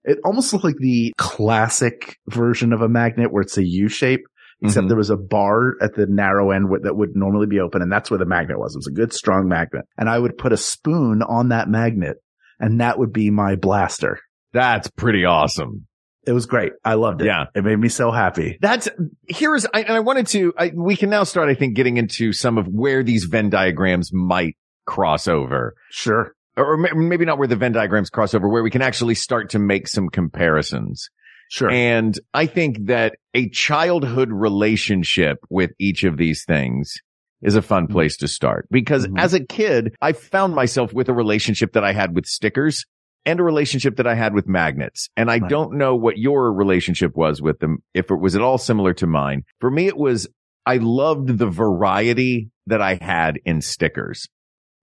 Speaker 3: It almost looked like the classic version of a magnet where it's a U shape, except
Speaker 4: Mhm.
Speaker 3: there was a bar at the narrow end wh- that would normally be open. And that's where the magnet was. It was a good strong magnet. And I would put a spoon on that magnet and that would be my blaster.
Speaker 4: That's pretty awesome.
Speaker 3: It was great. I loved it.
Speaker 4: Yeah.
Speaker 3: It made me so happy.
Speaker 4: That's here is, I, and I wanted to, I, we can now start, I think, getting into some of where these Venn diagrams might cross over.
Speaker 3: Sure.
Speaker 4: Or ma- maybe not where the Venn diagrams cross over, where we can actually start to make some comparisons.
Speaker 3: Sure.
Speaker 4: And I think that a childhood relationship with each of these things is a
Speaker 3: Mm-hmm.
Speaker 4: fun place to start because
Speaker 3: Mhm.
Speaker 4: as a kid, I found myself with a relationship that I had with stickers and a relationship that I had with magnets. And I
Speaker 3: Right.
Speaker 4: don't know what your relationship was with them, if it was at all similar to mine. For me, it was, I loved the variety that I had in stickers.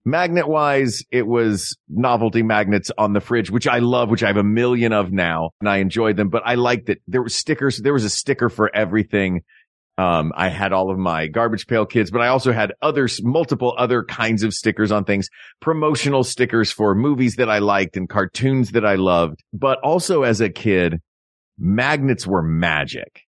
Speaker 4: Magnet wise, it was novelty magnets on the fridge, which I love, which I have a million of now and I enjoyed them, but I liked that there were stickers. There was a sticker for everything. Um, I had all of my garbage pail kids, but I also had others, multiple other kinds of stickers on things, promotional stickers for movies that I liked and cartoons that I loved. But also as a kid, magnets were magic.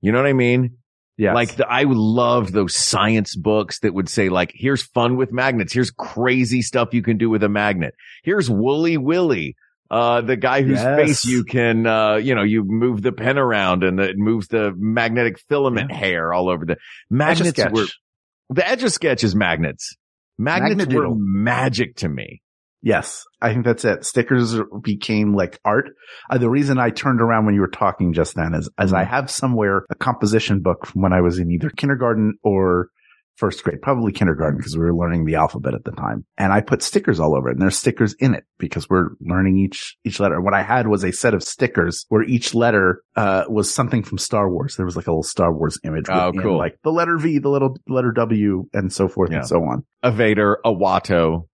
Speaker 4: You know what I mean?
Speaker 3: yeah.
Speaker 4: Like the, I loved those science books that would say like, here's fun with magnets. Here's crazy stuff you can do with a magnet. Here's Wooly Willy. Uh, the guy whose
Speaker 3: Yes.
Speaker 4: face you can, uh, you know, you move the pen around and the, it moves the magnetic filament hair all over the magnets
Speaker 3: Etch-a-sketch.
Speaker 4: were the edge of sketch is magnets. Magnets were
Speaker 3: Magnetoodle.
Speaker 4: magic to me.
Speaker 3: Yes. I think that's it. Stickers became like art. Uh, the reason I turned around when you were talking just then is, as
Speaker 4: Mm-hmm.
Speaker 3: I have somewhere a composition book from when I was in either kindergarten or first grade, probably kindergarten because we were learning the alphabet at the time. And I put stickers all over it and there's stickers in it because we're learning each, each letter. What I had was a set of stickers where each letter, uh, was something from Star Wars. There was like a little Star Wars image.
Speaker 4: Oh,
Speaker 3: within,
Speaker 4: cool.
Speaker 3: Like the letter V, the little letter W and so forth
Speaker 4: Yeah.
Speaker 3: and so on.
Speaker 4: A Vader, a Watto.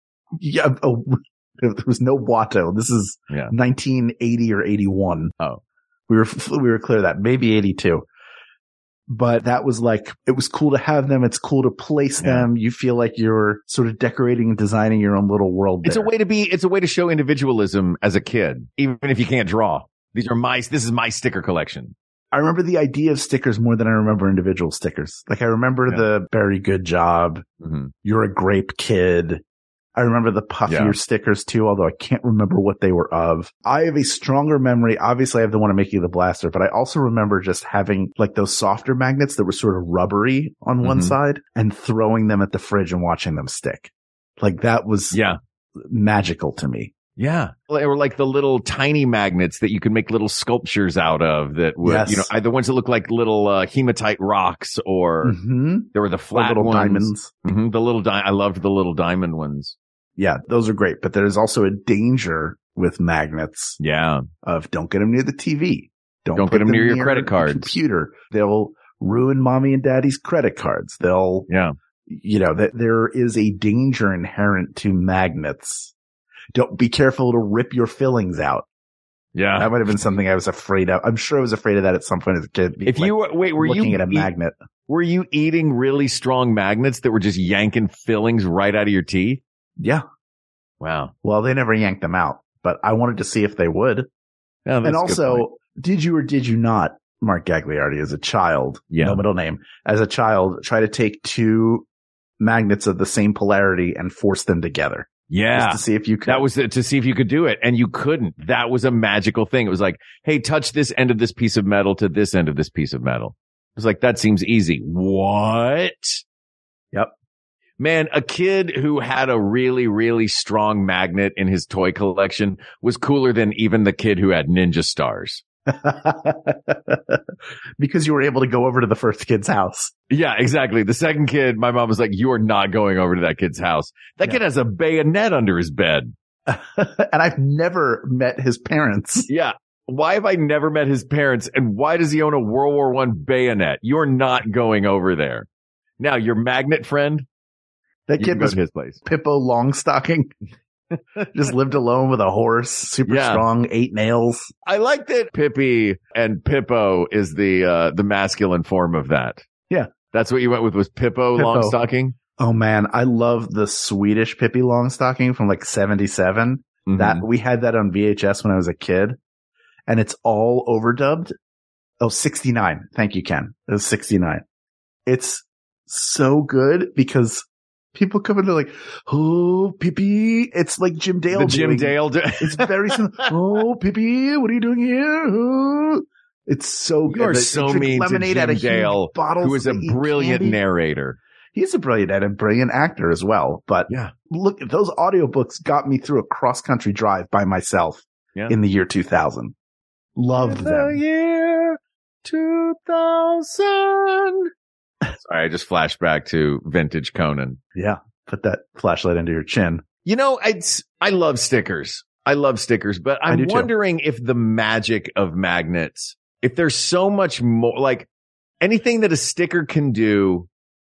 Speaker 3: Yeah, oh, (laughs) there was no Watto. This is
Speaker 4: Yeah.
Speaker 3: 1980 or 81.
Speaker 4: Oh.
Speaker 3: we were we were clear of that maybe 82, but that was like it was cool to have them. It's cool to place
Speaker 4: Yeah.
Speaker 3: them. You feel like you're sort of decorating and designing your own little world.
Speaker 4: It's a
Speaker 3: there.
Speaker 4: way to be, it's a way to show individualism as a kid, even if you can't draw. These are my, this is my sticker collection.
Speaker 3: I remember the idea of stickers more than I remember individual stickers. Like I remember
Speaker 4: Yeah.
Speaker 3: the very good job.
Speaker 4: Mhm.
Speaker 3: You're a grape kid. I remember the puffier
Speaker 4: Yeah.
Speaker 3: stickers too, although I can't remember what they were of. I have a stronger memory. Obviously, I have the one of Mickey the Blaster, but I also remember just having like those softer magnets that were sort of rubbery on one
Speaker 4: Mhm.
Speaker 3: side and throwing them at the fridge and watching them stick. Like that was
Speaker 4: Yeah.
Speaker 3: magical to me.
Speaker 4: Yeah. Or like the little tiny magnets that you can make little sculptures out of that would,
Speaker 3: Yes.
Speaker 4: you know, I- the ones that look like little uh, hematite rocks or
Speaker 3: Mm-hmm.
Speaker 4: there were the flat
Speaker 3: little
Speaker 4: ones.
Speaker 3: diamonds.
Speaker 4: Mhm, the little di- I loved the little diamond ones.
Speaker 3: Yeah, those are great, but there's also a danger with magnets
Speaker 4: Yeah.
Speaker 3: of don't get them near the TV.
Speaker 4: Don't
Speaker 3: put
Speaker 4: get 'em
Speaker 3: them
Speaker 4: near your credit
Speaker 3: the
Speaker 4: cards.
Speaker 3: Computer. They'll ruin mommy and daddy's credit cards. They'll,
Speaker 4: Yeah.
Speaker 3: you know, that there is a danger inherent to magnets. Don't be careful to rip your fillings out.
Speaker 4: Yeah.
Speaker 3: That might have been something I was afraid of. I'm sure I was afraid of that at some point as a kid.
Speaker 4: If you were- wait, were you
Speaker 3: looking at a
Speaker 4: eat-
Speaker 3: magnet,
Speaker 4: Were you eating really strong magnets that were just yanking fillings right out of your teeth?
Speaker 3: yeah.
Speaker 4: Wow.
Speaker 3: Well, they never yanked them out, but I wanted to see if they would.
Speaker 4: Yeah,
Speaker 3: and
Speaker 4: that's a good point.
Speaker 3: also, did you or did you not, Mark Gagliardi, as a child,
Speaker 4: Yeah.
Speaker 3: no middle name, as a child, try to take two magnets of the same polarity and force them together
Speaker 4: yeah.
Speaker 3: just to see if you could.
Speaker 4: That was the, to see if you could do it, and you couldn't. That was a magical thing. It was like, hey, touch this end of this piece of metal to this end of this piece of metal. It was like that seems easy. What?
Speaker 3: Yep.
Speaker 4: Man, a kid who had a really, really strong magnet in his toy collection was cooler than even the kid who had ninja stars.
Speaker 3: (laughs) because you were able to go over to the first kid's house. (laughs)
Speaker 4: Yeah, exactly. The second kid, my mom was like, you are not going over to that kid's house. That
Speaker 3: Yeah.
Speaker 4: kid has a bayonet under his bed.
Speaker 3: and I've never met his
Speaker 4: (laughs)
Speaker 3: parents.
Speaker 4: Yeah. Why have I never met his parents? And why does he own a World War One bayonet? You're not going over there. Now, your magnet friend,
Speaker 3: That
Speaker 4: you can
Speaker 3: kid
Speaker 4: go
Speaker 3: was
Speaker 4: to his place.
Speaker 3: Pippo
Speaker 4: (laughs)
Speaker 3: Longstocking. Just lived alone with a horse, super
Speaker 4: Yeah.
Speaker 3: strong, eight nails.
Speaker 4: I like that Pippi and Pippo is the uh, the masculine form of that.
Speaker 3: Yeah.
Speaker 4: That's what you went with was Pippo,
Speaker 3: Pippo.
Speaker 4: Longstocking?
Speaker 3: Oh man, I love the Swedish Pippi Longstocking from like 77.
Speaker 4: Mhm.
Speaker 3: That we had that on VHS when I was a kid and it's all overdubbed. Oh, 69. Thank you, Ken. It was 69. It's so good because people come into like, Oh, Pippi. It's like Jim Dale.
Speaker 4: the Jim
Speaker 3: doing-
Speaker 4: Dale. d-
Speaker 3: (laughs) It's very
Speaker 4: (laughs)
Speaker 3: similar. oh, Pippi, what are you doing here? Oh. It's so good.
Speaker 4: You are
Speaker 3: They- they
Speaker 4: so
Speaker 3: drink
Speaker 4: mean to
Speaker 3: lemonade
Speaker 4: Jim
Speaker 3: out of huge
Speaker 4: Dale,
Speaker 3: bottles
Speaker 4: who is a
Speaker 3: they eat
Speaker 4: brilliant
Speaker 3: candy.
Speaker 4: narrator.
Speaker 3: He's a brilliant and a brilliant actor as well. But
Speaker 4: Yeah.
Speaker 3: look, those audiobooks got me through a cross country drive by myself
Speaker 4: Yeah.
Speaker 3: in the year 2000. Loved them.
Speaker 4: year 2000. Sorry, I just flashed back to vintage Conan.
Speaker 3: Put that flashlight under your chin.
Speaker 4: You know, I I love stickers. I love stickers, but
Speaker 3: I do
Speaker 4: I'm
Speaker 3: too.
Speaker 4: wondering if the magic of magnets, if there's so much more, like anything that a sticker can do.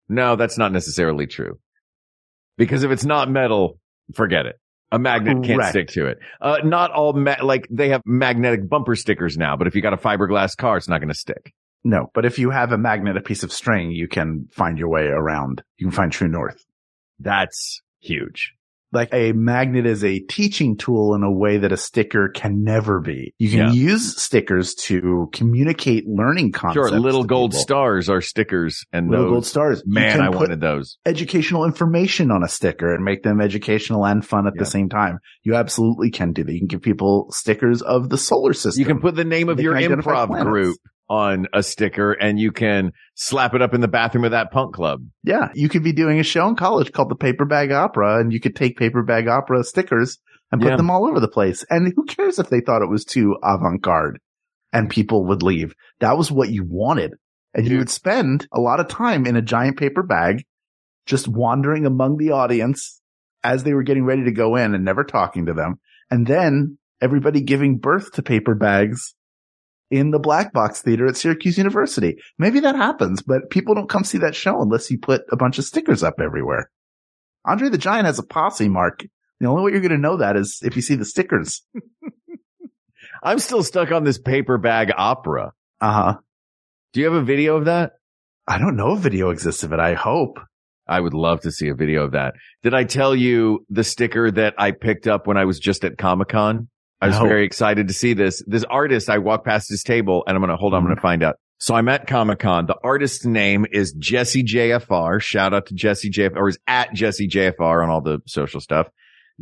Speaker 4: No, that's not necessarily true. Because if it's not metal, forget it. A magnet can't
Speaker 3: Correct.
Speaker 4: stick to it. Uh, not all ma- like they have magnetic bumper stickers now, but if you got a fiberglass car, it's not going to stick.
Speaker 3: No, but if you have a magnet, a piece of string, you can find your way around. You can find true north.
Speaker 4: That's huge.
Speaker 3: like a magnet is a teaching tool in a way that a sticker can never be. You can
Speaker 4: Yeah.
Speaker 3: use stickers to communicate learning
Speaker 4: Sure,
Speaker 3: concepts.
Speaker 4: little
Speaker 3: to
Speaker 4: gold
Speaker 3: people.
Speaker 4: stars are stickers, and
Speaker 3: Little
Speaker 4: those,
Speaker 3: gold stars. You
Speaker 4: Man,
Speaker 3: can
Speaker 4: I
Speaker 3: put
Speaker 4: wanted those.
Speaker 3: educational information on a sticker and make them educational and fun at
Speaker 4: Yeah.
Speaker 3: the same time. You absolutely can do that. You can give people stickers of the solar system.
Speaker 4: You can put the name of
Speaker 3: They
Speaker 4: your
Speaker 3: can identify
Speaker 4: improv
Speaker 3: planets.
Speaker 4: group on a sticker, and you can slap it up in the bathroom of that punk club.
Speaker 3: Yeah, you could be doing a show in college called the Paper Bag Opera, and you could take Paper Bag Opera stickers and put
Speaker 4: Yeah.
Speaker 3: them all over the place. And who cares if they thought it was too avant garde and people would leave? That was what you wanted. And you would spend a lot of time in a giant paper bag just wandering among the audience as they were getting ready to go in and never talking to them. And then everybody giving birth to paper bags in the black box theater at Syracuse University. Maybe that happens, but people don't come see that show unless you put a bunch of stickers up everywhere. Andre the Giant has a posse mark. The only way you're going to know that is if you see the stickers.
Speaker 4: I'm still stuck on this paper bag opera.
Speaker 3: Uh huh.
Speaker 4: Do you have a video of that?
Speaker 3: I don't know if video exists of it. I hope.
Speaker 4: I would love to see a video of that. Did I tell you the sticker that I picked up when I was just at Comic Con? I was
Speaker 3: No.
Speaker 4: very excited to see this. This artist, I walked past his table and I'm going to hold on. I'm going to find out. So I'm at Comic Con. The artist's name is Jesse JFR. Shout out to Jesse JFR or is at Jesse JFR on all the social stuff.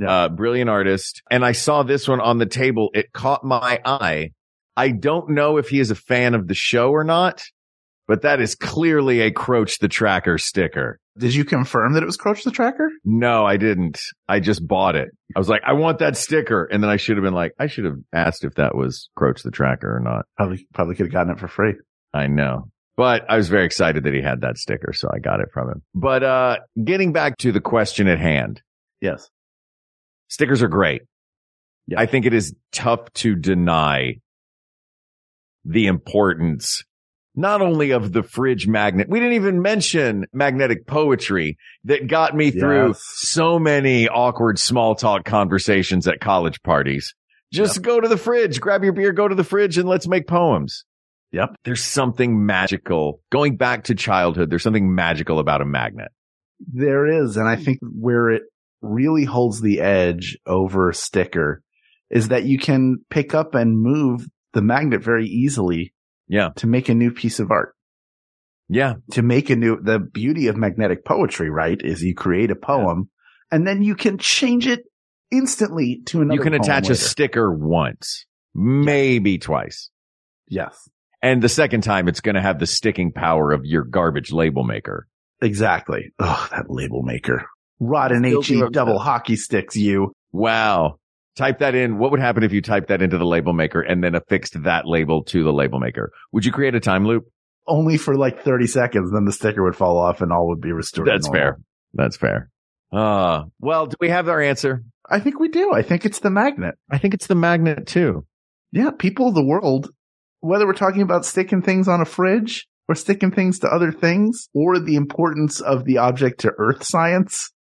Speaker 4: Uh, brilliant artist. And I saw this one on the table. It caught my eye. I don't know if he is a fan of the show or not, but that is clearly a Croach the Tracker sticker.
Speaker 3: Did you confirm that it was Crouch the Tracker?
Speaker 4: No, I didn't. I just bought it. I was like, I want that sticker. And then I should have been like, I should have asked if that was Croach the Tracker or not.
Speaker 3: Probably, probably could have gotten it for free.
Speaker 4: I know. But I was very excited that he had that sticker. So I got it from him. But, uh, getting back to the question at hand,
Speaker 3: Yes.
Speaker 4: stickers are great.
Speaker 3: Yeah.
Speaker 4: I think it is tough to deny the importance not only of the fridge magnet. We didn't even mention magnetic poetry that got me through
Speaker 3: Yes.
Speaker 4: so many awkward small talk conversations at college parties. Just go to the fridge, grab your beer, go to the fridge, and let's make poems.
Speaker 3: Yep.
Speaker 4: There's something magical. Going back to childhood, there's something magical about a magnet.
Speaker 3: There is, and I think where it really holds the edge over sticker is that you can pick up and move the magnet very easily.
Speaker 4: Yeah.
Speaker 3: To make a new piece of art.
Speaker 4: Yeah.
Speaker 3: To make a new, the beauty of magnetic poetry, right, is you create a poem and then you can change it instantly to another.
Speaker 4: you can
Speaker 3: poem
Speaker 4: attach
Speaker 3: later.
Speaker 4: a sticker once, maybe twice.
Speaker 3: Yes.
Speaker 4: And the second time, it's going to have the sticking power of your garbage label maker.
Speaker 3: Exactly. Oh, that label maker. Rotten
Speaker 4: Guilty
Speaker 3: HE
Speaker 4: of
Speaker 3: E double
Speaker 4: that.
Speaker 3: hockey sticks you.
Speaker 4: Wow. Type that in. What would happen if you typed that into the label maker and then affixed that label to the label maker? Would you create a time loop?
Speaker 3: Only for like 30 seconds, then the sticker would fall off and all would be restored. to
Speaker 4: That's
Speaker 3: normal.
Speaker 4: fair. That's fair. Uh, well, do we have our answer?
Speaker 3: I think we do. I think it's the magnet.
Speaker 4: I think it's the magnet too.
Speaker 3: Yeah, people of the world, whether we're talking about sticking things on a fridge or sticking things to other things or the importance of the object to earth science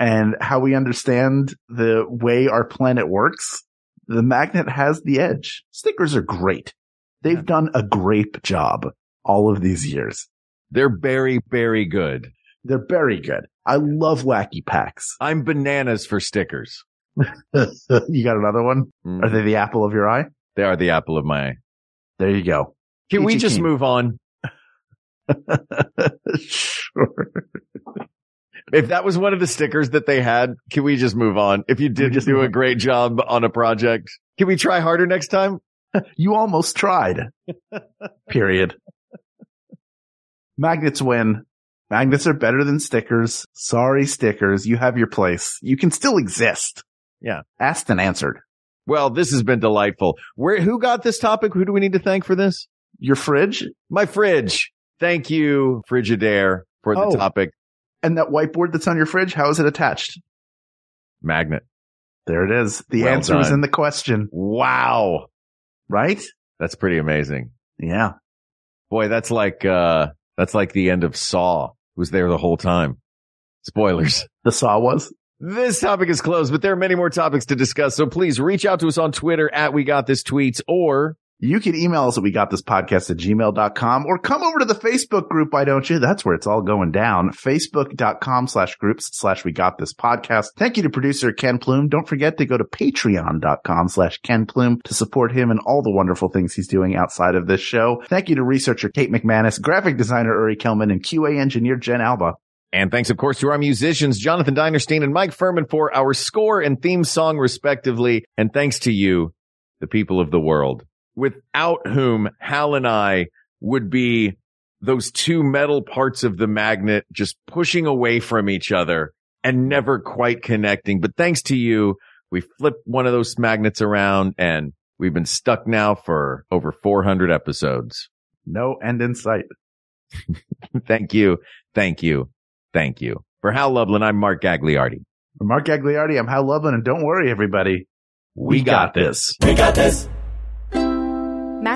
Speaker 3: and how we understand the way our planet works, the magnet has the edge. Stickers are great. They've done a great job all of these years.
Speaker 4: They're very, very good.
Speaker 3: They're very good. I love wacky
Speaker 4: (laughs)
Speaker 3: packs.
Speaker 4: I'm bananas for stickers.
Speaker 3: you got another one?
Speaker 4: Mm.
Speaker 3: Are they the apple of your eye?
Speaker 4: They are the apple of my eye.
Speaker 3: There you go.
Speaker 4: Can we
Speaker 3: Peachy
Speaker 4: just
Speaker 3: keen.
Speaker 4: move on?
Speaker 3: sure.
Speaker 4: If that was one of the stickers that they had, can we just move on? If you did
Speaker 3: just
Speaker 4: do
Speaker 3: move
Speaker 4: a
Speaker 3: on.
Speaker 4: great job on a project, can we try harder next time?
Speaker 3: You almost tried.
Speaker 4: (laughs)
Speaker 3: Period. Magnets win. Magnets are better than stickers. Sorry, stickers. You have your place. You can still exist.
Speaker 4: Yeah.
Speaker 3: Asked and answered.
Speaker 4: Well, this has been delightful. Where, who got this topic? Who do we need to thank for this?
Speaker 3: Your fridge
Speaker 4: My fridge. Thank you, Frigidaire, for the
Speaker 3: Oh.
Speaker 4: topic
Speaker 3: and that whiteboard that's on your fridge, how is it attached?
Speaker 4: magnet.
Speaker 3: There it is. The
Speaker 4: Well
Speaker 3: answer is
Speaker 4: done.
Speaker 3: in the question,
Speaker 4: Wow.
Speaker 3: right?
Speaker 4: That's pretty amazing.
Speaker 3: Yeah.
Speaker 4: Boy, that's like, uh, that's like the end of Saw It was there the whole time. Spoilers.
Speaker 3: The saw was.
Speaker 4: This topic is closed, but there are many more topics to discuss. So please reach out to us on Twitter at We Got This Tweets or
Speaker 3: You can email us at we got this podcast at gmail.com or come over to the Facebook group. Why don't you? That's where it's all going down. Facebook.com slash groups slash we got this podcast. Thank you to producer Ken Plume. Don't forget to go to patreon.com slash Ken Plume to support him and all the wonderful things he's doing outside of this show. Thank you to researcher Kate McManus, graphic designer Uri Kelman, and QA engineer Jen Alba.
Speaker 4: And thanks, of course, to our musicians, Jonathan Dinerstein and Mike Furman for our score and theme song, respectively. And thanks to you, the people of the world, without whom Hal and I would be those two metal parts of the magnet just pushing away from each other and never quite connecting. But thanks to you, we flipped one of those magnets around and we've been stuck now for over 400 episodes. (laughs)
Speaker 3: No end in sight.
Speaker 4: Thank you. Thank you. Thank you. For Hal Lublin, I'm Mark Gagliardi.
Speaker 3: For Mark Gagliardi, I'm Hal Lublin, and don't worry, everybody.
Speaker 4: We, got, this.
Speaker 2: We got this.